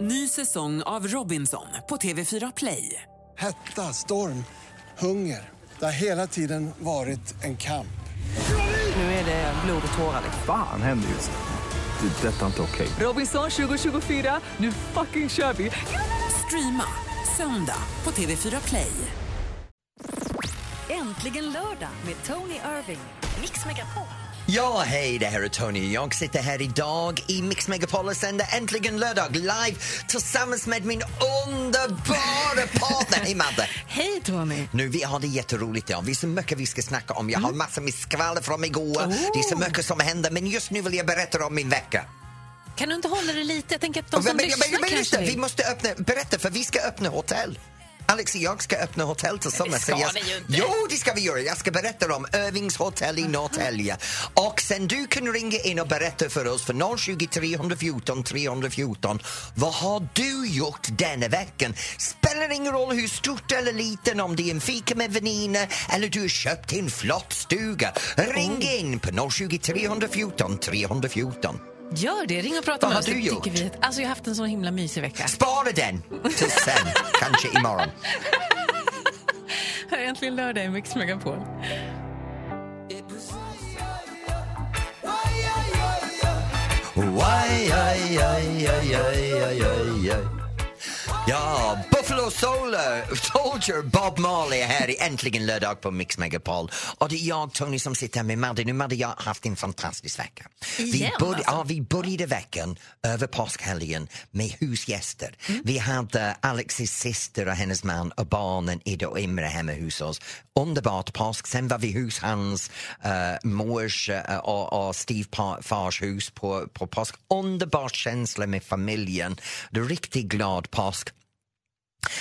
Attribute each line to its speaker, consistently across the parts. Speaker 1: Ny säsong av Robinson på TV4 Play.
Speaker 2: Hetta, storm, hunger. Det har hela tiden varit en kamp.
Speaker 1: Nu är det blod och tårar. liksom.
Speaker 3: Fan händer just nu. Det. är Detta är inte okej.
Speaker 1: Robinson 2024, nu fucking kör vi! Streama söndag på TV4 Play.
Speaker 4: Äntligen lördag med Tony Irving. Mix Megapol.
Speaker 5: Ja, hej, det här är Tony. Jag sitter här idag i Mix Megapol och sänder äntligen lördag live tillsammans med min underbara partner. Hej, Madde!
Speaker 4: Hej Tony! Mm.
Speaker 5: Nu, vi har det jätteroligt idag. Vi är så mycket vi ska snacka om. Jag har massor med skvaller från igår. Det är så
Speaker 4: Oh.
Speaker 5: mycket som händer, men just nu vill jag berätta om min vecka.
Speaker 4: Kan du inte hålla dig lite? Jag tänker att de som
Speaker 5: Men- men-
Speaker 4: lyssnar
Speaker 5: men- men
Speaker 4: kanske
Speaker 5: lyssna, Vi
Speaker 4: vill.
Speaker 5: måste öppna, berätta, för vi ska öppna hotell. Alex och jag ska öppna hotell tillsammans.
Speaker 4: ska
Speaker 5: Så jag-
Speaker 4: ni ju inte.
Speaker 5: Jo, det ska vi göra. Jag ska berätta om Övings hotell i Norrtälje. Och sen du kan ringa in och berätta för oss för 020 314 314. Vad har du gjort denna veckan? Spelar ingen roll hur stort eller liten, om det är en fika med vänner eller du har köpt en flott stuga. Ring
Speaker 4: Oh.
Speaker 5: in på 020 314 314.
Speaker 4: Gör det, ring och prata
Speaker 5: Vad
Speaker 4: med
Speaker 5: har
Speaker 4: oss.
Speaker 5: du
Speaker 4: Det
Speaker 5: gjort?
Speaker 4: tycker vi att- Alltså jag har haft en sån himla mysig vecka.
Speaker 5: Spara den till sen, kanske imorgon.
Speaker 4: Här är Äntligen lördag i Mix Megapol.
Speaker 5: Why, aj, aj, aj, aj, aj, aj, aj. Ja, Buffalo Solar, Soldier Bob Marley är här i Äntligen lördag på Mix Megapol. Och det är jag, Tony, som sitter här med Madde. Nu, Madde, jag har haft en fantastisk vecka. vi,
Speaker 4: Igen,
Speaker 5: börj-
Speaker 4: alltså?
Speaker 5: ja, vi började veckan över påskhelgen med husgäster. Vi hade Alexis syster och hennes man och barnen Ida och Imre hemma hos oss. Underbart påsk. Sen var vi hos hans uh, mors eh, och, och Steve pa- fars hus på, på påsk. Underbar känsla med familjen. Riktigt glad påsk.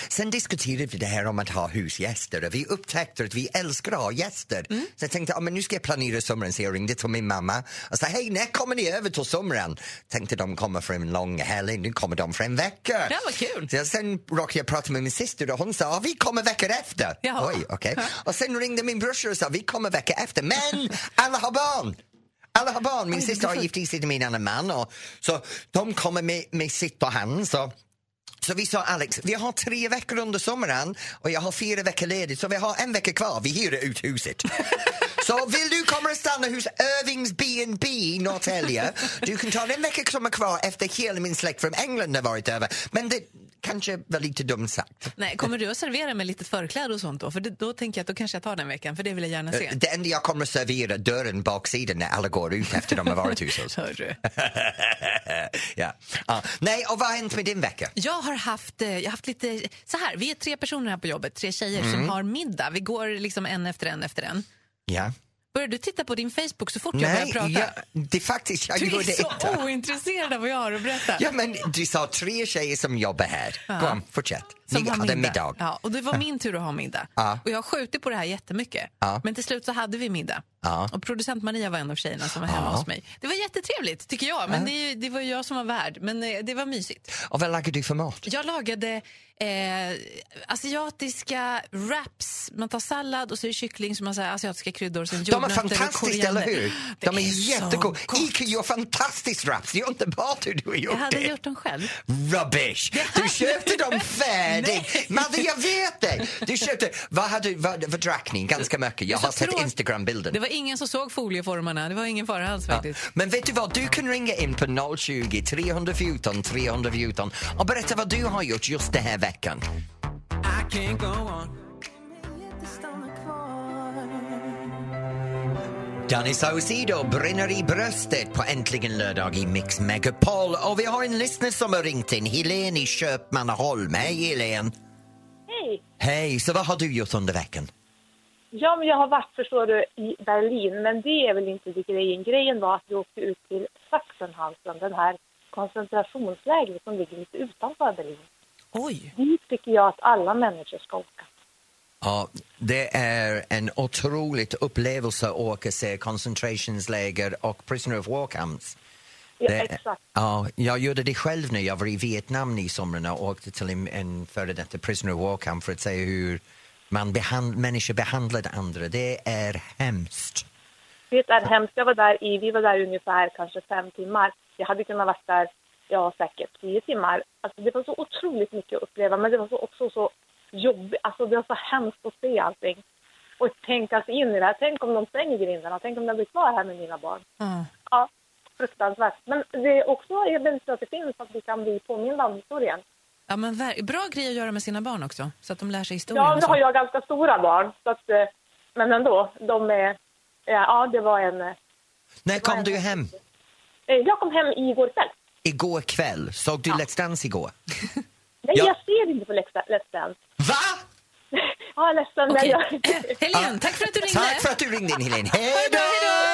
Speaker 5: Sen diskuterade vi det här om att ha husgäster och vi upptäckte att vi älskar att ha gäster.
Speaker 4: Mm.
Speaker 5: Så jag tänkte, ja men nu ska jag planera sommaren så jag ringde till min mamma och sa, hej när kommer ni över till sommaren? Tänkte de kommer för en lång helg, nu kommer de för en vecka.
Speaker 4: Ja, vad kul.
Speaker 5: Så jag- sen råkade jag prata med min syster och hon sa, ja, vi kommer veckan efter.
Speaker 4: Jaha.
Speaker 5: Oj, okej. Och sen ringde min brorsa och sa, vi kommer veckan efter, men alla har barn. Alla har barn. Min syster har gift sig med en annan man och så de kommer med, med sitt och hans. Och så vi sa Alex, vi har tre veckor under sommaren och jag har fyra veckor ledigt så vi har en vecka kvar. Vi hyr ut huset. Så vill du komma och stanna hos Irvings B&B i Norrtälje, du kan ta den vecka som är kvar efter hela min släkt från England har varit över. Men det kanske var lite dumt sagt.
Speaker 4: Nej, kommer du att servera med lite förkläde och sånt då? För det, då tänker jag att då kanske jag tar den veckan, för det vill jag gärna se.
Speaker 5: Eh, Det enda jag kommer att servera är dörren baksidan när alla går ut efter de har varit hos oss.
Speaker 4: Hör du.
Speaker 5: ja. Ja. Nej, och vad har hänt med din vecka?
Speaker 4: Jag har haft, eh, jag har haft lite, så här, vi är tre personer här på jobbet, tre tjejer
Speaker 5: Mm.
Speaker 4: som har middag. Vi går liksom en efter en efter en.
Speaker 5: Ja.
Speaker 4: Börjar du titta på din Facebook så fort jag
Speaker 5: Nej,
Speaker 4: börjar prata?
Speaker 5: jag, det är faktiskt jag
Speaker 4: Du är
Speaker 5: gjorde
Speaker 4: så
Speaker 5: inte.
Speaker 4: ointresserad av vad jag har att berätta.
Speaker 5: Ja, men du sa tre tjejer som jobbar här. Kom, fortsätt.
Speaker 4: Som
Speaker 5: Ni
Speaker 4: har
Speaker 5: hade middag. Ja.
Speaker 4: Ja, och det var min tur att ha middag.
Speaker 5: Ja.
Speaker 4: Och jag har skjutit på det här jättemycket.
Speaker 5: Ja.
Speaker 4: Men till slut så hade vi middag.
Speaker 5: Ja.
Speaker 4: Och producent Maria var en av tjejerna som var hemma
Speaker 5: Ja.
Speaker 4: hos mig. Det var jättetrevligt tycker jag. Men det, är ju- det var ju jag som var värd. Men eh, det var mysigt.
Speaker 5: Och vad lagar du för mat?
Speaker 4: Jag lagade eh, asiatiska wraps. Man tar sallad och så är det kyckling som man säger asiatiska kryddor. Sen
Speaker 5: De är
Speaker 4: jordnötter och
Speaker 5: fantastiska,
Speaker 4: koriander.
Speaker 5: eller hur?
Speaker 4: Det
Speaker 5: De är,
Speaker 4: så
Speaker 5: jättegoda.
Speaker 4: gott.
Speaker 5: Ica gör fantastiskt wraps. Det är inte bara du du har
Speaker 4: Jag
Speaker 5: gjort
Speaker 4: hade
Speaker 5: det.
Speaker 4: gjort dem själv.
Speaker 5: Rubbish! Du köpte dem färdigt. Madde, jag vet det! Du köpte... Vad, hade, vad, vad drack ni? Ganska mycket. Jag
Speaker 4: Det är
Speaker 5: har
Speaker 4: så
Speaker 5: sett
Speaker 4: tråkigt.
Speaker 5: Instagram-bilden.
Speaker 4: Det var ingen som såg folieformarna. Det var ingen fara alls
Speaker 5: Ja.
Speaker 4: faktiskt.
Speaker 5: Men vet du vad, du kan ringa in på 020 314 314 och berätta vad du har gjort just den här veckan. Danny Saucedo brinner i bröstet på Äntligen lördag i Mix Megapol och vi har en lyssnare som har ringt in, Helene i Köpmanholm. Hej Helene!
Speaker 6: Hej!
Speaker 5: Hej, så vad har du gjort under veckan?
Speaker 6: Ja, men jag har varit, förstår du, i Berlin, men det är väl inte det grejen. Grejen var att vi åkte ut till Sachsenhausen, den här koncentrationslägret som ligger lite utanför Berlin.
Speaker 4: Oj!
Speaker 6: Dit tycker jag att alla människor ska åka.
Speaker 5: Ja, det är en otrolig upplevelse att åka se koncentrationsläger och prisoner of war camps.
Speaker 6: Ja,
Speaker 5: Det-
Speaker 6: exakt.
Speaker 5: Ja, jag gjorde det själv när jag var i Vietnam i somras och åkte till en, en före detta prisoner of war camp för att se hur man behand, människor behandlade andra. Det är hemskt.
Speaker 6: Det är hemskt. Jag var där i, vi var där i ungefär kanske fem timmar. Jag hade kunnat vara där ja, säkert tio timmar. Alltså, det var så otroligt mycket att uppleva, men det var så, också så jobbigt. Alltså, det var så hemskt att se allting och tänka sig in i det här. Tänk om de stänger grindarna, tänk om jag blir kvar här med mina barn.
Speaker 4: Mm.
Speaker 6: Ja, fruktansvärt. Men det är också jag vet inte att det finns att vi kan bli påminna om historien.
Speaker 4: Ja, men ver- bra grej att göra med sina barn också, så att de lär sig historien.
Speaker 6: Ja,
Speaker 4: och
Speaker 6: nu
Speaker 4: så.
Speaker 6: har jag ganska stora barn, så att, eh, men ändå, de är, ja, ja, det var en... eh,
Speaker 5: När kom
Speaker 6: en-
Speaker 5: du hem?
Speaker 6: eh, Jag kom hem igår kväll.
Speaker 5: Igår kväll. Såg du Let's Dance igår?
Speaker 6: Nej,
Speaker 5: Ja.
Speaker 6: jag ser inte på Lexa- Let's Dance.
Speaker 5: Va?
Speaker 6: Ja, jag är ledsen.
Speaker 4: Okej. Eh,
Speaker 6: Men jag...
Speaker 4: Helen, tack för att du ringde.
Speaker 5: Tack för att du ringde in, Helene. Hej då!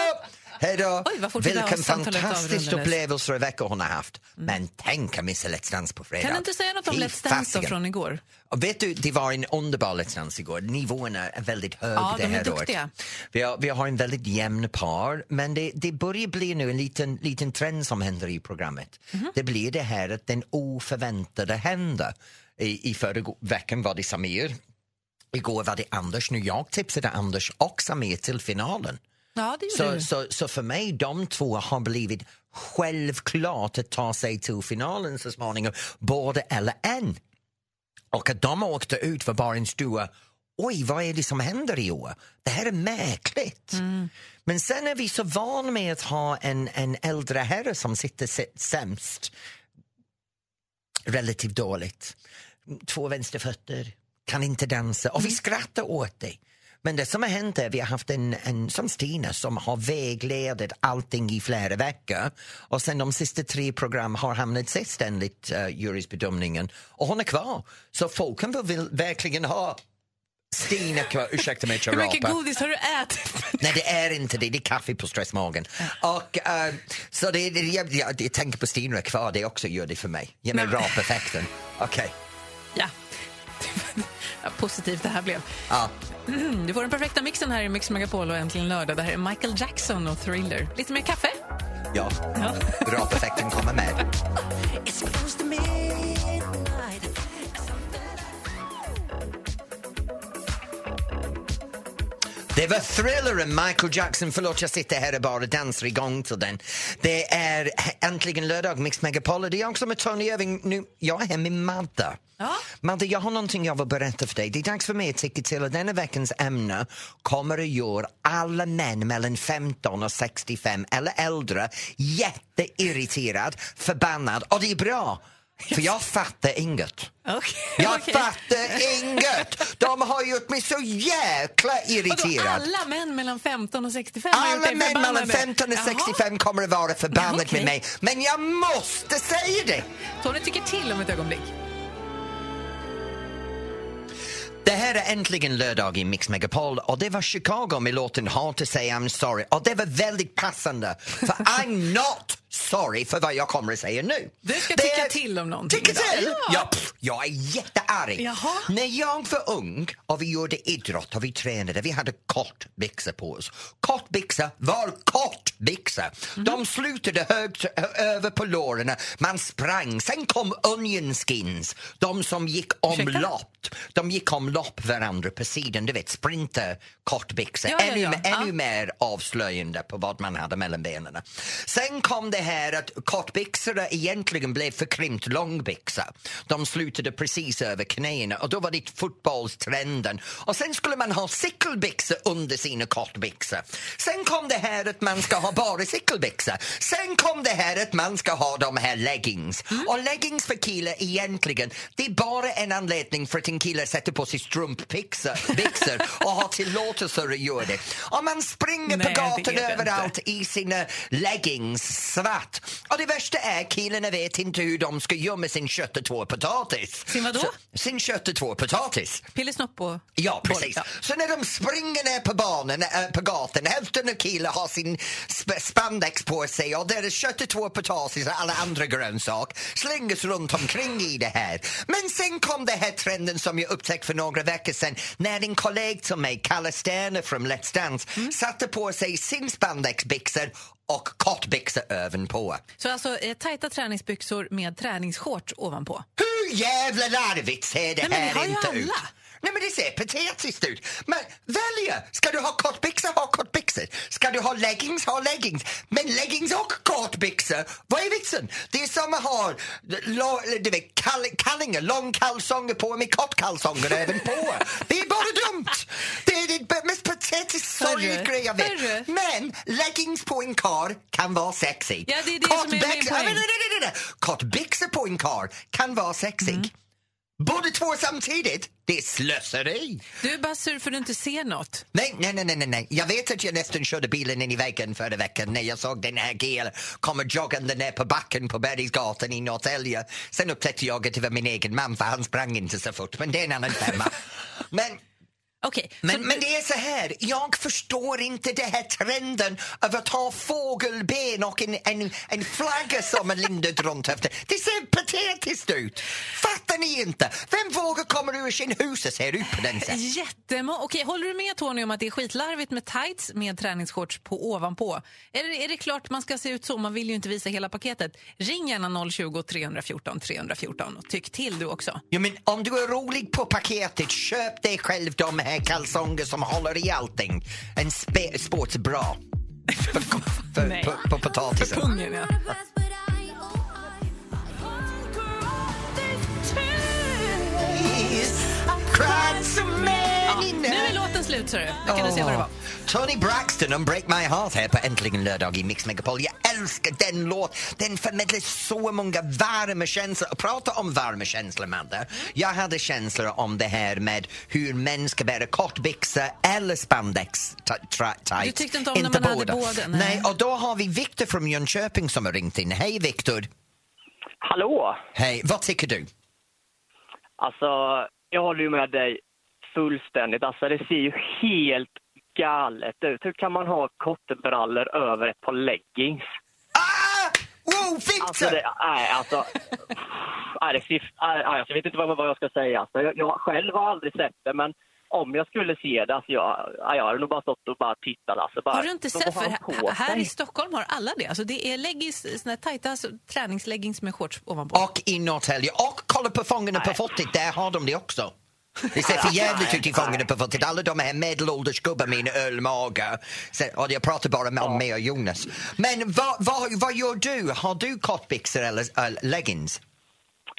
Speaker 5: Hej då!
Speaker 4: Oj, vad fort idag
Speaker 5: Vilken
Speaker 4: samtalet
Speaker 5: fantastisk
Speaker 4: avrundades.
Speaker 5: upplevelse och vecka hon har haft. Men tänk att missa Let's Dance på fredag.
Speaker 4: Kan du inte säga något om
Speaker 5: Fy
Speaker 4: Let's Dance då
Speaker 5: fasiken.
Speaker 4: från igår?
Speaker 5: Och Vet du, det var en underbar Let's Dance igår. Nivåerna är väldigt höga
Speaker 4: Ja,
Speaker 5: det
Speaker 4: de är
Speaker 5: här
Speaker 4: duktiga.
Speaker 5: året. Vi har, vi har en väldigt jämn par, men det, det börjar bli nu en liten, liten trend som händer i programmet.
Speaker 4: Mhm.
Speaker 5: Det blir det här att den oförväntade händer. I, i förra go- veckan var det Samir. Igår var det Anders, nu jag tipsade Anders och Samir till finalen.
Speaker 4: Ja, det gjorde
Speaker 5: Så,
Speaker 4: du.
Speaker 5: så, så för mig, de två har blivit självklart att ta sig till finalen så småningom, både eller en. Och att de åkte ut var bara en stor Oj, vad är det som händer i år? Det här är märkligt.
Speaker 4: Mm.
Speaker 5: Men sen är vi så vana med att ha en, en äldre herre som sitter se- sämst relativt dåligt. Två vänsterfötter, kan inte dansa och vi
Speaker 4: Mm.
Speaker 5: skrattar åt det. Men det som har hänt är att vi har haft en, en som Stina som har vägledat allting i flera veckor och sen de sista tre program har hamnat sist enligt uh, jurys bedömningen och hon är kvar. Så folken vill verkligen ha Stina kvar, ursäkta mig att jag
Speaker 4: Hur mycket
Speaker 5: rapar.
Speaker 4: godis har du ätit?
Speaker 5: Nej, det är inte det. Det är kaffe på stressmagen. Och, eh, så det, det, jag, jag, jag tänker på Stina är kvar, det också gör det för mig. Ge mig
Speaker 4: Nej.
Speaker 5: rapeffekten. Okej.
Speaker 4: ja. Ja, Positivt det här blev.
Speaker 5: Ja.
Speaker 4: Mm, Du får den perfekta mixen här i Mix Megapol och äntligen lördag. Det här är Michael Jackson och Thriller. Lite mer kaffe?
Speaker 5: ja. Rapeffekten kommer med. Det var thrilleren Michael Jackson. Förlåt, jag sitter här och bara dansar igång till den. Det är äntligen lördag, Mix Megapol. Det är jag som är Tony Irving. Nu, jag är här med Madda.
Speaker 4: Ja.
Speaker 5: Madde, jag har någonting jag vill berätta för dig. Det är dags för mig att tycka till att denna veckans ämne kommer att göra alla män mellan 15 och 65 eller äldre jätteirriterad, förbannad och det är bra, för jag fattar inget.
Speaker 4: Okej.
Speaker 5: Jag
Speaker 4: Okej.
Speaker 5: fattar inget! De har gjort mig så jäkla
Speaker 4: Vadå,
Speaker 5: irriterad.
Speaker 4: alla män mellan 15 och 65 har gjort
Speaker 5: Alla
Speaker 4: dig
Speaker 5: män mellan
Speaker 4: förbannade?
Speaker 5: 15 och
Speaker 4: Jaha.
Speaker 5: 65 kommer att vara förbannade
Speaker 4: Ja, okej.
Speaker 5: med mig, men jag måste säga det!
Speaker 4: Tony tycker till om ett ögonblick.
Speaker 5: Det här är äntligen lördag i Mix Megapol och det var Chicago med låten Hard to say I'm sorry och det var väldigt passande för I'm not sorry för vad jag kommer att säga nu.
Speaker 4: Du ska
Speaker 5: Det
Speaker 4: tycka till om någonting
Speaker 5: Tycka
Speaker 4: idag.
Speaker 5: till?
Speaker 4: Ja.
Speaker 5: Ja. pff, jag är jättearg.
Speaker 4: Jaha.
Speaker 5: När jag var ung och vi gjorde idrott och vi tränade, vi hade kortbyxor på oss. Kortbyxor var kortbyxor. De slutade högt ö- över på låren, man sprang. Sen kom onion skins, de som gick
Speaker 4: Ursäkta?
Speaker 5: omlopp. De gick omlopp varandra på sidan, du vet sprinter, kortbyxor.
Speaker 4: Ja, ja,
Speaker 5: ännu
Speaker 4: ja.
Speaker 5: mer-
Speaker 4: Ja.
Speaker 5: ännu mer avslöjande på vad man hade mellan benen. Sen kom det här att kortbyxor egentligen blev förkrympt långbyxor. De slutade precis över knäna och då var det fotbollstrenden. Och sen skulle man ha cykelbyxor under sina kortbyxor. Sen kom det här att man ska ha bara cykelbyxor. Sen kom det här att man ska ha de här leggings.
Speaker 4: Mm.
Speaker 5: Och leggings för killar egentligen, det är bara en anledning för att en kille sätter på sig strumpbyxor byxor och har tillåtelse att göra det. Om man
Speaker 4: Nej,
Speaker 5: springer på
Speaker 4: det är
Speaker 5: gatan
Speaker 4: det
Speaker 5: överallt i sina leggings svart. Och det värsta är killarna vet inte hur de ska gömma sin kött och två potatis.
Speaker 4: Sin vadå?
Speaker 5: Så- Sin kött och två potatis.
Speaker 4: Pillesnopp och...
Speaker 5: Ja, precis.
Speaker 4: Ja.
Speaker 5: Så när de springer ner på banan, eh, på gatan, hälften av killar har sin sp- spandex på sig och deras köttetvå potatis och alla andra grönsaker slängs runt omkring i det här. Men sen kom det här trenden som jag upptäckte för några veckor sedan när en kollega till mig, Kalle Sterner från Let's Dance, satte på sig sin spandexbyxor och kortbyxor övenpå.
Speaker 4: Så alltså eh, tajta träningsbyxor med träningsshorts ovanpå.
Speaker 5: Hur jävla larvigt ser det
Speaker 4: Nej, men det
Speaker 5: här
Speaker 4: har ju
Speaker 5: inte ut?
Speaker 4: alla.
Speaker 5: Nej men det ser patetiskt ut. Men välja! Ska du ha kortbyxor, ha kortbyxor. Ska du ha leggings, ha leggings. Men leggings och kortbyxor, vad är vitsen? Det är som att ha la- du vet, kall- kallingar, långkalsonger på med kortkalsonger även på. Det är bara dumt! Det är det mest patetiskt sorgliga
Speaker 4: Hörru,
Speaker 5: grej jag
Speaker 4: hörru.
Speaker 5: vet. Men leggings på en kar kan vara sexy.
Speaker 4: Ja, det är det som är min
Speaker 5: Kortbyxor-
Speaker 4: poäng.
Speaker 5: Ja, men- nej, nej, nej, nej. Kortbyxor på en kar kan vara sexig.
Speaker 4: Mm.
Speaker 5: Båda två samtidigt, det är slöseri.
Speaker 4: Du är bara sur för att du inte ser något.
Speaker 5: Nej, nej, nej, nej, nej, nej. Jag vet att jag nästan körde bilen in i väggen förra veckan när jag såg den här killen komma joggande ner på backen på Bergsgatan i Norrtälje. Sen upptäckte jag att det var min egen man för han sprang inte så fort, men det är en annan femma. men
Speaker 4: Okej,
Speaker 5: men,
Speaker 4: så-
Speaker 5: men det är så här, jag förstår inte den här trenden av att ha fågelben och en, en, en flagga som är lindad runt höften. Det ser patetiskt ut! Fattar ni inte? Vem vågar komma ur sin hus och ser ut på den sättet?
Speaker 4: Jättemånga. Okej, håller du med Tony om att det är skitlarvigt med tights med träningsshorts på ovanpå? Eller är det klart man ska se ut så? Man vill ju inte visa hela paketet. Ring gärna 020 314 314 och tyck till du också.
Speaker 5: Ja, men om du är rolig på paketet, köp dig själv de här kalsonger som håller i allting. En spe- sportsbra. För, för,
Speaker 4: Nej.
Speaker 5: på, på potatisen.
Speaker 4: Pungen, ja.
Speaker 5: Cried so many
Speaker 4: Nu är låten slut, så du. Nu kan du se vad det var.
Speaker 5: Tony Braxton om Break My Heart här på Äntligen lördag i Mix Megapol. Jag älskar den låt. Den förmedlar så många varma känslor. Och prata om varma känslor, Madde. Jag hade känslor om det här med hur män ska bära kortbyxor eller spandex ta- tra- tights.
Speaker 4: Du tyckte inte om när man hade båda, nej.
Speaker 5: Nej. och då har vi Viktor från Jönköping som har ringt in. Hej Viktor!
Speaker 7: Hallå!
Speaker 5: Hej, vad tycker du?
Speaker 7: Alltså, jag håller ju med dig fullständigt. Alltså, det ser ju helt galet ut. Hur kan man ha kortbrallor över ett par leggings?
Speaker 5: Ah! Wow, Viktor!
Speaker 7: Alltså, det, nej, alltså... Nej, det ser, nej, alltså, jag vet inte vad, vad jag ska säga. Alltså, jag, jag själv har aldrig sett det, men om jag skulle se det, alltså, jag, nej, jag hade nog bara stått och bara tittat. Alltså, bara,
Speaker 4: Har du inte
Speaker 7: vad
Speaker 4: sett?
Speaker 7: har
Speaker 4: För
Speaker 7: han på
Speaker 4: här, här
Speaker 7: sig?
Speaker 4: i Stockholm har alla det. Alltså det är leggings, såna här tajta alltså, träningsleggings med shorts ovanpå.
Speaker 5: och i Norrtälje. Och kolla på Fångarna på fortet, där har de det också. Det ser för jävligt ut i Fångarna på fortet. Alla de här medelålders gubbar med en ölmage. Så- Och jag pratar bara med- om mig och Jonas. Men vad, vad, vad gör du? Har du kortbyxor eller äh, leggings?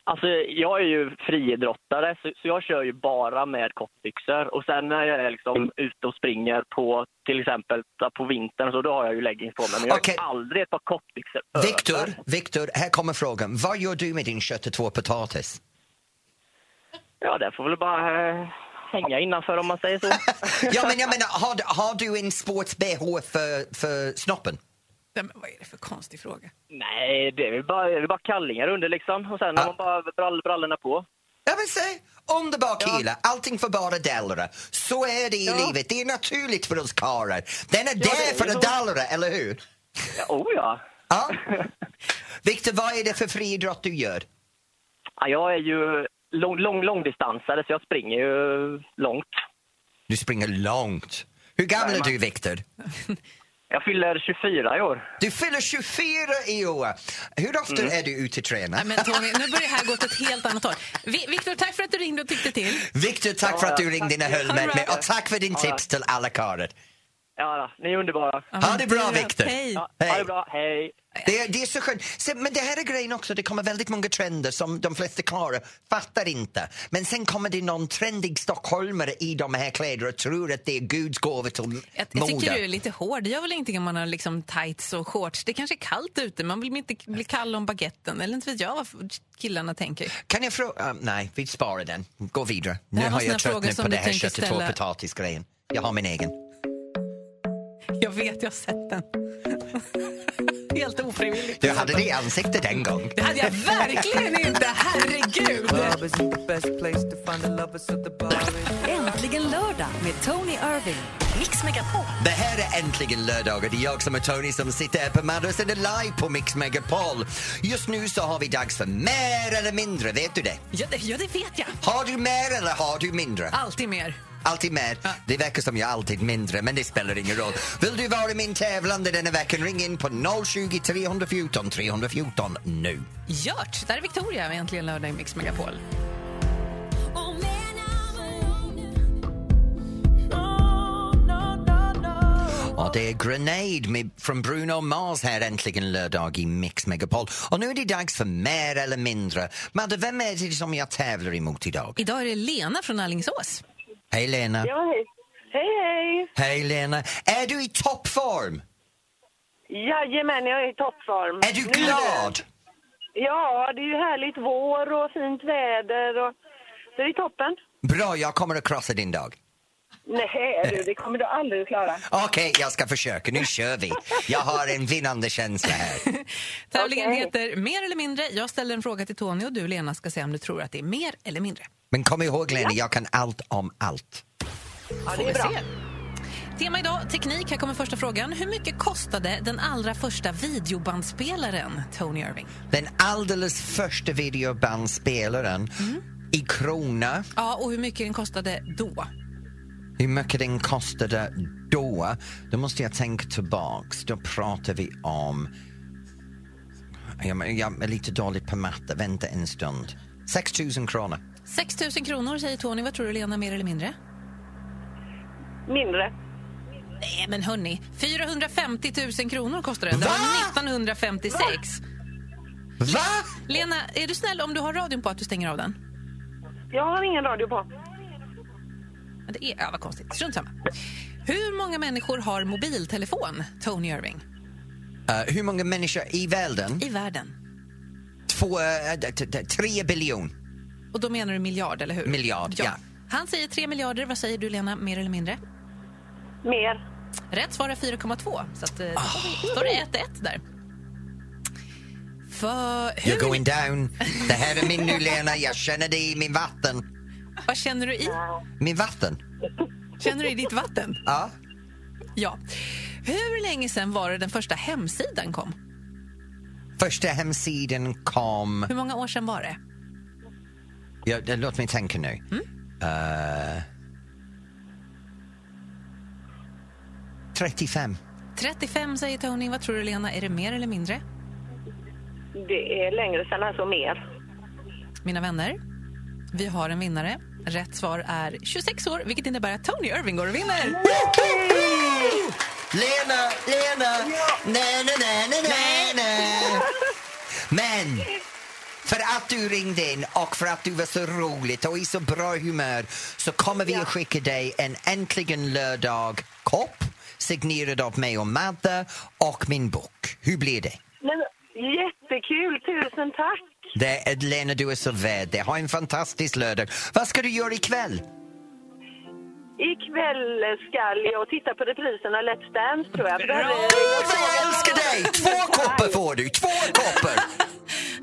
Speaker 7: Alltså, jag är ju friidrottare, så, så jag kör ju bara med kortbyxor. Och sen när jag är
Speaker 5: Mm.
Speaker 7: liksom ute och springer på till exempel på vintern, så då har jag ju leggings på mig. Men jag har
Speaker 5: Okej.
Speaker 7: aldrig ett par kortbyxor
Speaker 5: Viktor,
Speaker 7: över.
Speaker 5: Viktor, här kommer frågan. Vad gör du med din kött och två potatis?
Speaker 7: Ja, det får väl bara eh, hänga innanför om man säger så.
Speaker 5: Ja, men jag menar, har, du- har du en sports-bh för, för snoppen?
Speaker 4: Nej, men vad är det för konstig fråga?
Speaker 7: Nej, det är väl bara, det är väl bara kallingar under liksom. Och sen har
Speaker 5: Ja.
Speaker 7: man bara brall, brallorna på.
Speaker 5: Ja men se, underbar kille, allting för bara dallare. Så är det i livet, det är naturligt för oss karlar. Den är
Speaker 7: det är
Speaker 5: där för
Speaker 7: ju
Speaker 5: att
Speaker 7: så.
Speaker 5: dallra, eller hur?
Speaker 7: Ja, oh ja.
Speaker 5: Ja. Viktor, vad är det för friidrott du gör?
Speaker 7: ja! Jag är ju lång, lång, långdistansare, så jag springer ju långt.
Speaker 5: Du springer långt. Hur gammal är
Speaker 7: Jajamän.
Speaker 5: du Viktor?
Speaker 7: Jag fyller 24 i år.
Speaker 5: Du fyller 24 i år. Hur ofta
Speaker 7: Mm.
Speaker 5: är du ute och tränar?
Speaker 4: Nej, men Tony, nu börjar det här gå åt ett helt annat håll. Vi- Viktor, tack för att du ringde och tyckte till.
Speaker 5: Viktor, tack för att du ringde in och höll med mig och tack för din
Speaker 7: Ja.
Speaker 5: tips till alla karlar.
Speaker 7: Ja, då, ni är underbara.
Speaker 5: Ha det bra
Speaker 4: Du,
Speaker 5: Viktor.
Speaker 4: Hej.
Speaker 7: Ja, Ha
Speaker 5: Hej.
Speaker 7: det bra, hej!
Speaker 5: Det, är- det är så skönt. Se, men det här är grejen också, det kommer väldigt många trender som de flesta klarar fattar inte. Men sen kommer det någon trendig stockholmare i de här kläderna och tror att det är Guds gåva till
Speaker 4: Jag, jag tycker du är
Speaker 5: mode.
Speaker 4: lite hård. Det gör väl ingenting om man har liksom tights och shorts. Det kanske är kallt ute, man vill inte bli kall om baguetten. Eller inte vet jag vad killarna tänker.
Speaker 5: Kan jag fråga... ah, nej, vi sparar den. Gå vidare.
Speaker 4: här
Speaker 5: Nu
Speaker 4: var
Speaker 5: har
Speaker 4: såna
Speaker 5: jag
Speaker 4: frågor
Speaker 5: tröttnat
Speaker 4: som
Speaker 5: på det
Speaker 4: du
Speaker 5: här
Speaker 4: tänker
Speaker 5: köttet och
Speaker 4: ställa.
Speaker 5: potatisgrejen. Jag har min egen.
Speaker 4: Jag vet, jag har sett den. Helt ofrivilligt.
Speaker 5: Du hade det i ansiktet en gång.
Speaker 4: Det hade jag verkligen inte! Herregud!
Speaker 8: Äntligen lördag med Tony Irving. Mix Megapol.
Speaker 5: Det här är äntligen lördag och det är jag som är Tony som sitter här på Madde och sänder live på Mix Megapol. Just nu så har vi dags för mer eller mindre, vet du det?
Speaker 4: Ja, det, ja, det vet jag.
Speaker 5: Har du mer eller har du mindre?
Speaker 4: Alltid mer.
Speaker 5: Alltid mer. Det verkar som jag alltid mindre, men det spelar ingen roll. Vill du vara min tävlande denna veckan, ring in på 020 314 314 nu.
Speaker 4: Gört! Där är Victoria med Äntligen lördag i Mix Megapol.
Speaker 9: Oh man, I'm alone.
Speaker 5: det är Grenade med, från Bruno Mars här äntligen lördag i Mix Megapol. Och nu är det dags för mer eller mindre. Madde, vem är det som jag tävlar emot idag?
Speaker 4: Idag är det Lena från Alingsås.
Speaker 5: Hej Lena!
Speaker 6: Ja, hej. Hej, hej.
Speaker 5: Hej Lena! Är du i toppform?
Speaker 6: Jajamän, jag är i toppform.
Speaker 5: Är du
Speaker 6: Nu det-
Speaker 5: glad?
Speaker 6: Ja, det är ju härligt vår och fint väder. Och... Det är toppen.
Speaker 5: Bra, jag kommer att krossa din dag.
Speaker 6: Nej, du, det kommer du aldrig klara.
Speaker 5: Okej, jag ska försöka. Nu kör vi. Jag har en vinnande känsla här.
Speaker 4: Tävlingen
Speaker 6: Okej.
Speaker 4: heter Mer eller mindre. Jag ställer en fråga till Tony och du, Lena, ska säga om du tror att det är mer eller mindre.
Speaker 5: Men kom ihåg Lena, jag kan allt om allt.
Speaker 6: Ja, det är
Speaker 4: Vi
Speaker 6: bra.
Speaker 4: ser. Tema idag, teknik. Här kommer första frågan. Hur mycket kostade den allra första videobandspelaren Tony Irving?
Speaker 5: Den alldeles första videobandspelaren i krona,
Speaker 4: Ja, och hur mycket den kostade då?
Speaker 5: hur mycket den kostade då, då måste jag tänka tillbaks. Då pratar vi om... Jag, men- jag är lite dålig på matte, vänta en stund. 6 000 kronor.
Speaker 4: 6 000 kronor säger Tony. Vad tror du, Lena? Mer eller mindre?
Speaker 6: Mindre.
Speaker 4: Nej, men hörni. 450 000 kronor kostade den. Det
Speaker 5: Va?
Speaker 4: var 1956.
Speaker 5: Va?
Speaker 4: Lena, är du snäll om du har radion på att du stänger av den?
Speaker 6: Jag har ingen radio på.
Speaker 4: Men Det är, ja, vad konstigt. Strunt samma. Hur många människor har mobiltelefon, Tony Irving,
Speaker 5: Eh, hur många människor i världen?
Speaker 4: i världen?
Speaker 5: Två, eh, d- d- d- tre biljon.
Speaker 4: Och då menar du miljard, eller hur?
Speaker 5: Miljard, ja.
Speaker 4: Han säger 3 miljarder. Vad säger du, Lena? Mer eller mindre?
Speaker 6: Mer.
Speaker 4: Rätt svar är 4,2. Så att, eh, då
Speaker 5: Ah.
Speaker 4: står det 1-1 där. För,
Speaker 5: You're
Speaker 4: hur,
Speaker 5: going down. Det här är min nu Lena, jag känner det i min vatten.
Speaker 4: vad känner du i?
Speaker 5: Min vatten?
Speaker 4: Känner du i ditt vatten?
Speaker 5: Ja.
Speaker 4: Ja. Hur länge sen var det den första hemsidan kom?
Speaker 5: Första hemsidan kom
Speaker 4: Hur många år sen var det?
Speaker 5: Ja, det- låt mig tänka nu. Eh, 35.
Speaker 4: 35 säger Tony. Vad tror du, Lena? Är det mer eller mindre?
Speaker 6: Det är längre sedan, alltså mer.
Speaker 4: Mina vänner, vi har en vinnare. Rätt svar är 26 år, vilket innebär att Tony Irving går och vinner.
Speaker 5: Lena, Lena! Nej, nej, nej, nej, nej, nej. Men för att du ringde in och för att du var så roligt och i så bra humör så kommer vi att skicka dig en Äntligen lördag-kopp signerad av mig och Madde och min bok. Hur blir det?
Speaker 6: Men, jättekul, tusen tack.
Speaker 5: Det är Lena, du är så värd det. Ha en fantastisk lördag. Vad ska du göra ikväll?
Speaker 6: Ikväll ska jag titta på reprisen av Let's Dance, tror jag. För där är-
Speaker 5: Åh, vad jag älskar dig! Två koppar får du! Två koppar!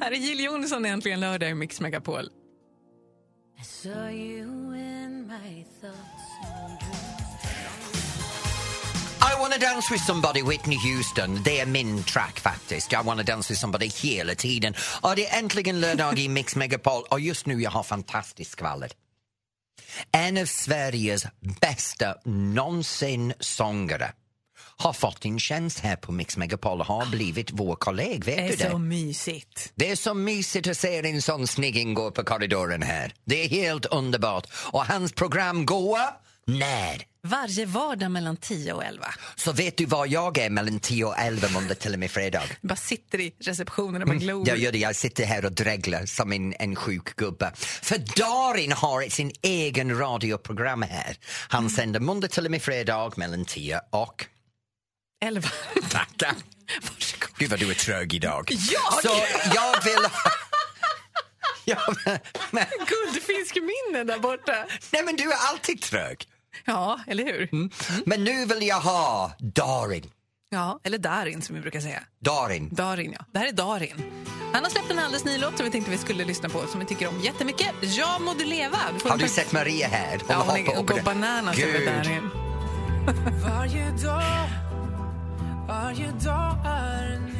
Speaker 4: Här är Jill Johnson äntligen lördag i Mix Megapol.
Speaker 5: I wanna dance with somebody, Whitney Houston. Det är min track faktiskt. I wanna dance with somebody hela tiden. Och det är äntligen lördag i Mix Megapol och just nu jag har fantastiskt skvaller. En av Sveriges bästa någonsin sångare har fått en tjänst här på Mix Megapol och har blivit vår kollega. Vet du det?
Speaker 4: mysigt.
Speaker 5: Det är så mysigt att se en sån snigging gå på korridoren här. Det är helt underbart. Och hans program går när?
Speaker 4: Varje vardag mellan 10 och 11.
Speaker 5: Så vet du var jag är mellan 10 och 11 måndag till och med fredag?
Speaker 4: Bara sitter i receptionen och bara glor.
Speaker 5: Jag gör det, jag sitter här och dreglar som en, en sjuk gubbe. För Darin har sin egen radioprogram här. Han
Speaker 4: Mm.
Speaker 5: sänder måndag till och med fredag mellan 10 och...
Speaker 4: 11.
Speaker 5: Tackar!
Speaker 4: Varsågod.
Speaker 5: Gud vad du är trög idag.
Speaker 4: Jag?
Speaker 5: Så jag vill... Ja, men, men,
Speaker 4: Guldfiskminne där borta.
Speaker 5: nej men du är alltid trög.
Speaker 4: Ja, eller hur?
Speaker 5: Men nu vill jag ha Darin.
Speaker 4: Ja, eller Darin som vi brukar säga.
Speaker 5: Darin.
Speaker 4: Darin, ja. Det här är Darin. Han har släppt en alldeles ny låt som vi tänkte vi skulle lyssna på som vi tycker om jättemycket. Ja må du leva. Du får
Speaker 5: Har
Speaker 4: en
Speaker 5: du
Speaker 4: pers-
Speaker 5: sett Maria här? Hon
Speaker 4: Ja, hon
Speaker 5: hoppar
Speaker 4: är- hon
Speaker 5: upp och
Speaker 4: går
Speaker 5: ner.
Speaker 4: bananas över
Speaker 5: Gud.
Speaker 4: Darin.
Speaker 1: Varje dag, varje dag är en ny.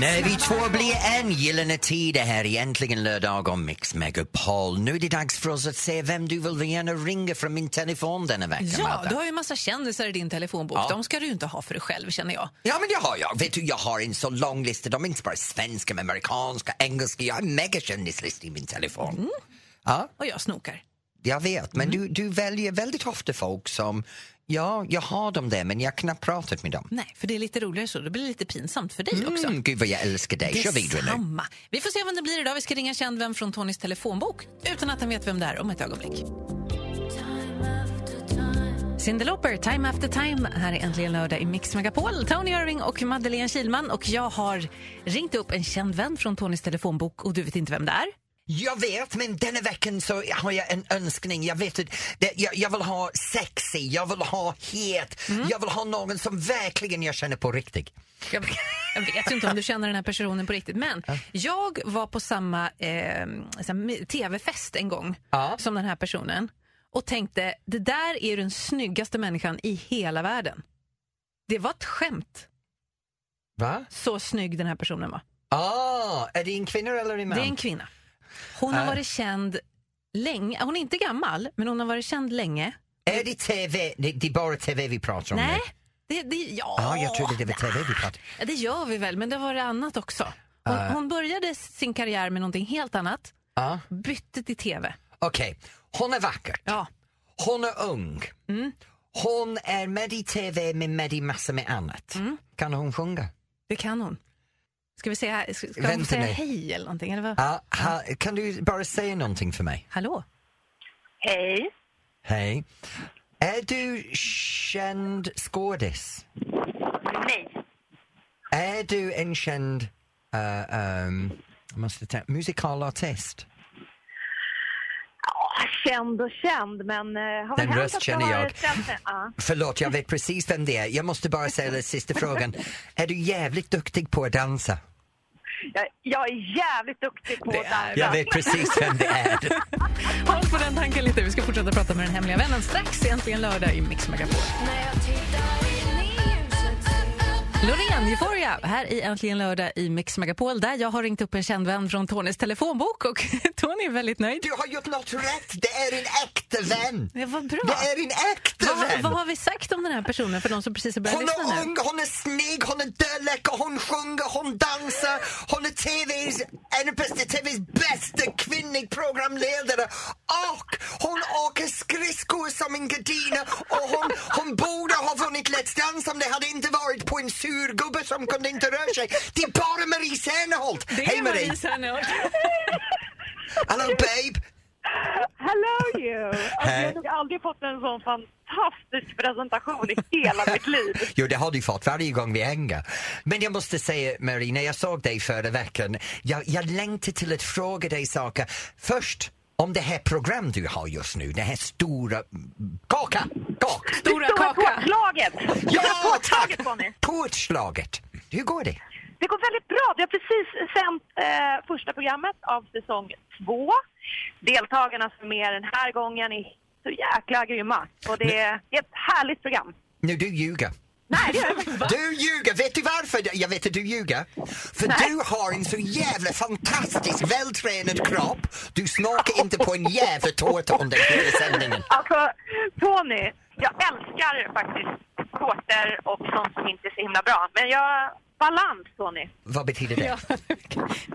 Speaker 5: När vi två blir en gyllene tid det här är äntligen lördag om Mix Megapol. Nu är det dags för oss att se vem du vill gärna ringa från min telefon denna vecka,
Speaker 4: Ja,
Speaker 5: Madde.
Speaker 4: du har ju en massa kändisar i din telefonbok.
Speaker 5: Ja.
Speaker 4: De ska du ju inte ha för dig själv känner jag.
Speaker 5: Ja, men jag har jag. Vet du, jag har en så lång lista. De är inte bara svenska, men amerikanska, engelska. Jag har en megakändislista i min telefon. Ja,
Speaker 4: Och jag snokar.
Speaker 5: jag vet. Men du, du väljer väldigt ofta folk som, ja, jag har dem där men jag har knappt pratat med dem.
Speaker 4: Nej, för det är lite roligare så. Det blir lite pinsamt för dig också.
Speaker 5: Mm, gud vad jag älskar dig, kör vidare nu.
Speaker 4: Detsamma. Vi får se vem det blir idag. Vi ska ringa känd vän från Tonys telefonbok utan att han vet vem det är om ett ögonblick. Cyndi Lauper, Time After Time. Här är äntligen lördag i Mix Megapol. Tony Irving och Madeleine Kilman. Och jag har ringt upp en känd vän från Tonys telefonbok och du vet inte vem det är.
Speaker 5: Jag vet, men denna veckan så har jag en önskning. Jag vet att det, jag, jag vill ha sexy, jag vill ha het,
Speaker 4: Mm.
Speaker 5: jag vill ha någon som verkligen jag känner på riktigt.
Speaker 4: Jag, jag vet ju inte om du känner den här personen på riktigt, men jag var på samma eh, så här, tv-fest en gång
Speaker 5: Ja.
Speaker 4: som den här personen och tänkte det där är ju den snyggaste människan i hela världen. Det var ett skämt,
Speaker 5: Va?
Speaker 4: så snygg den här personen var.
Speaker 5: Ah, är det en kvinna eller en man?
Speaker 4: Det är en kvinna. Hon har
Speaker 5: Ja.
Speaker 4: varit känd länge. Hon är inte gammal, men hon har varit känd länge.
Speaker 5: Är det TV? Det, det är bara TV vi pratar om
Speaker 4: Nej,
Speaker 5: nu?
Speaker 4: det, det, ja.
Speaker 5: Ja, jag trodde det var TV vi pratade om.
Speaker 4: Ja, det gör vi väl, men det var det annat också. Hon,
Speaker 5: Äh.
Speaker 4: hon började sin karriär med någonting helt annat,
Speaker 5: Ja.
Speaker 4: bytte till tv.
Speaker 5: Okej, hon är vacker.
Speaker 4: Ja,
Speaker 5: Hon är ung.
Speaker 4: Mm.
Speaker 5: Hon är med i TV men med i massor med annat.
Speaker 4: Mm.
Speaker 5: Kan hon sjunga?
Speaker 4: det kan hon. Ska vi säga, ska ska hon
Speaker 5: Vänta
Speaker 4: säga
Speaker 5: nu.
Speaker 4: hej eller någonting? Eller vad?
Speaker 5: Ja, ha, kan du bara säga någonting för mig?
Speaker 4: Hallå?
Speaker 9: Hej.
Speaker 5: Hej. Är du känd skådis?
Speaker 9: Nej.
Speaker 5: Är du en känd eh, ehm, jag måste tänka, musikalartist?
Speaker 9: Ja, känd och känd, men... eh, har
Speaker 5: Den
Speaker 9: väl hänt
Speaker 5: röst
Speaker 9: att
Speaker 5: känner
Speaker 9: har
Speaker 5: jag.
Speaker 9: känt det? Ja.
Speaker 5: Förlåt, jag vet precis vem det är. Jag måste bara säga den sista frågan. Är du jävligt duktig på att dansa?
Speaker 9: Jag, jag är jävligt duktig på att dansa.
Speaker 5: Jag vet precis vem det är.
Speaker 4: Håll på den tanken lite. Vi ska fortsätta prata med den hemliga vännen strax. Äntligen lördag i Mix Megapol. Loreen Euphoria här i Äntligen lördag i Mix Megapol där jag har ringt upp en känd vän från Tonys telefonbok och Tony är väldigt nöjd.
Speaker 5: Du har gjort något rätt! Det är en äkta vän!
Speaker 4: Ja, vad bra.
Speaker 5: Det är en äkta
Speaker 4: Vad, vad
Speaker 5: vän!
Speaker 4: har vi sagt om den här personen för de som precis har börjat
Speaker 5: Hon
Speaker 4: lyssna
Speaker 5: är
Speaker 4: nu?
Speaker 5: ung, hon är snygg, hon är dölläcker, hon sjunger, hon dansar, hon är TVs, en av bästa TVs bästa kvinnlig programledare och hon åker skridskor som en gardina och hon, hon borde ha vunnit Let's Dance om det hade inte varit på en surgubbe som kunde inte röra sig. Det är bara Marie Serneholt!
Speaker 4: Det
Speaker 5: Hej
Speaker 4: är
Speaker 5: Marie!
Speaker 4: Marie Serneholt.
Speaker 5: Hello babe!
Speaker 9: Hello you! Alltså,
Speaker 5: Hej.
Speaker 9: jag har nog aldrig fått en sån fantastisk presentation i hela mitt liv.
Speaker 5: Jo, det har du fått varje gång vi hänger. Men jag måste säga, Marie, när jag såg dig förra veckan, jag, jag längtade till att fråga dig saker. Först, om det här program du har just nu, det här stora... mm, Kaka! Kaka!
Speaker 4: Stora
Speaker 9: Stora
Speaker 4: Kaka.
Speaker 9: tårtslaget! Stora
Speaker 5: Ja,
Speaker 9: tårtslaget,
Speaker 5: tack!
Speaker 9: Bonnie.
Speaker 5: Tårtslaget! Hur går det?
Speaker 9: Det går väldigt bra. Vi har precis sänt eh, första programmet av säsong två. Deltagarna som är med den här gången är så jäkla grymma. Och det är, det är ett härligt program.
Speaker 5: Nu, du ljuger.
Speaker 9: Nej, det gör det
Speaker 5: Du ljuger! Vet du varför jag vet att du ljuger? För du har en så jävla fantastisk vältränad kropp. Du smakar inte på en jävla tårta under hela sändningen.
Speaker 9: Alltså, Tony, jag älskar faktiskt tårtor och sånt som inte är så himla bra. Men jag... Balans, Tony.
Speaker 5: Vad betyder det?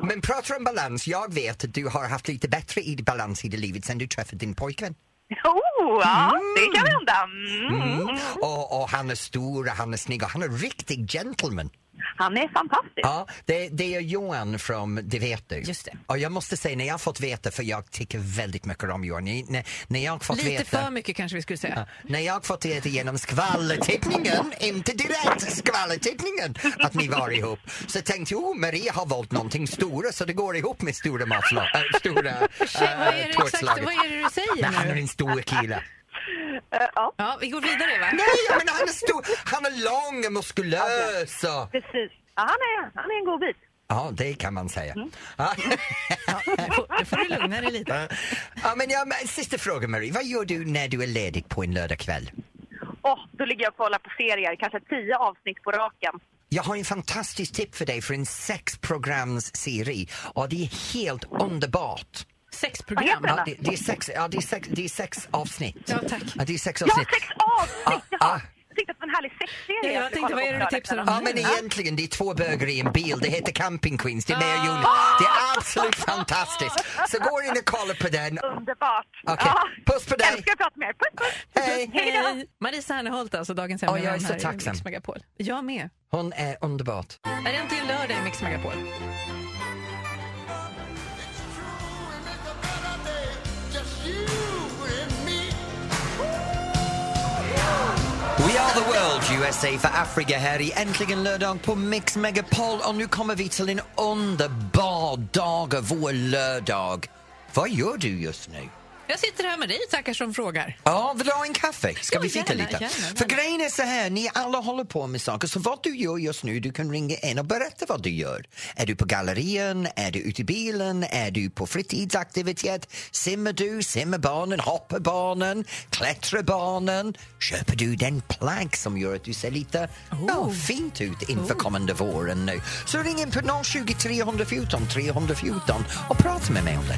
Speaker 5: Men pratar om balans, jag vet att du har haft lite bättre i balans i det livet sen du träffade din pojkvän.
Speaker 9: Oh, ja, det kan hända. Mm.
Speaker 5: Och, och han är stor och han är snygg och han är riktig gentleman.
Speaker 9: Han är fantastisk.
Speaker 5: Ja, det, det är Johan från Det vet du.
Speaker 4: Just det.
Speaker 5: Och jag måste säga, när jag fått veta, för jag tycker väldigt mycket om Johan, när- när, när jag fått
Speaker 4: Lite
Speaker 5: veta...
Speaker 4: för mycket kanske vi skulle säga.
Speaker 5: Ja, När jag fått veta genom skvallertippningen, inte direkt skvallertippningen, att ni var ihop så tänkte jag, oh, Maria har valt någonting stora så det går ihop med stora matlag, äh, stora
Speaker 4: Tjej, vad, är
Speaker 5: äh,
Speaker 4: det exakt, vad
Speaker 5: tårtslaget.
Speaker 4: är det du
Speaker 5: Men han
Speaker 4: säger
Speaker 5: är
Speaker 4: nu?
Speaker 5: en stor kille.
Speaker 9: Eh, ja,
Speaker 4: Ja, vi går vidare va?
Speaker 5: Nej, men han är stor, han är lång och muskulös och...
Speaker 9: precis. Ja, han, är, han är en god bit.
Speaker 5: Ja, det kan man säga.
Speaker 4: Mm.
Speaker 5: Ja.
Speaker 4: Nu får- Nu får du lugna dig lite.
Speaker 5: Ja, men ja, men, sista frågan Marie, vad gör du när du är ledig på en lördagkväll?
Speaker 9: Åh, då ligger jag och kollar på serier, kanske tio avsnitt på raken.
Speaker 5: Jag har en fantastisk tipp för dig för en sexprogramsserie och det är helt underbart.
Speaker 4: Sexprogram.
Speaker 9: Vad
Speaker 5: Ja,
Speaker 9: heter
Speaker 5: det, det, är sex, ja, det, är sex, det är sex avsnitt.
Speaker 4: Ja, tack.
Speaker 5: Ja, det är sex
Speaker 9: Ja,
Speaker 5: avsnitt.
Speaker 9: sex avsnitt!
Speaker 5: Ah, ah.
Speaker 9: Jaha. tyckte att det var en härlig sexserie.
Speaker 4: Ja, jag
Speaker 9: skulle
Speaker 4: tänkte, vad
Speaker 9: kolla på
Speaker 4: är det
Speaker 9: på
Speaker 4: du tipsar om?
Speaker 9: lördagen.
Speaker 5: Ja, men egentligen, det är två bögar i en bil. Det heter Camping Queens. Det är med och Jonas.
Speaker 9: Ah!
Speaker 5: Det är absolut fantastiskt. Så gå in och kolla på den.
Speaker 9: Underbart.
Speaker 5: Okej, puss på dig.
Speaker 9: Älskar att prata med er. Puss, puss.
Speaker 5: Hej!
Speaker 9: Hej då.
Speaker 4: Marie Serneholt, alltså, dagens
Speaker 5: Ja,
Speaker 4: ämne.
Speaker 5: jag är
Speaker 4: här
Speaker 5: så
Speaker 4: i
Speaker 5: tacksam.
Speaker 4: Mix Megapol. Jag med.
Speaker 5: Hon är underbart.
Speaker 4: Är det äntligen lördag i Mix Megapol?
Speaker 5: We are the world USA för Afrika här i Äntligen lördag på Mix Megapol och nu kommer vi till en underbar dag av vår lördag. Vad gör du just nu?
Speaker 4: Jag sitter här med dig, tackar som frågar.
Speaker 5: Ja, vill du ha en kaffe? Ska
Speaker 4: Ja,
Speaker 5: vi fika
Speaker 4: gärna,
Speaker 5: lite?
Speaker 4: gärna, gärna.
Speaker 5: För grejen är så här, ni alla håller på med saker, så vad du gör just nu, du kan ringa in och berätta vad du gör. Är du på gallerian? Är du ute i bilen? Är du på fritidsaktivitet? Simmar du? Simmar barnen? Hoppar barnen? Klättrar barnen? Köper du den plagg som gör att du ser lite
Speaker 4: Oh.
Speaker 5: ja, fint ut inför kommande våren nu? Så ring in på 020 314 314 och prata med mig om det.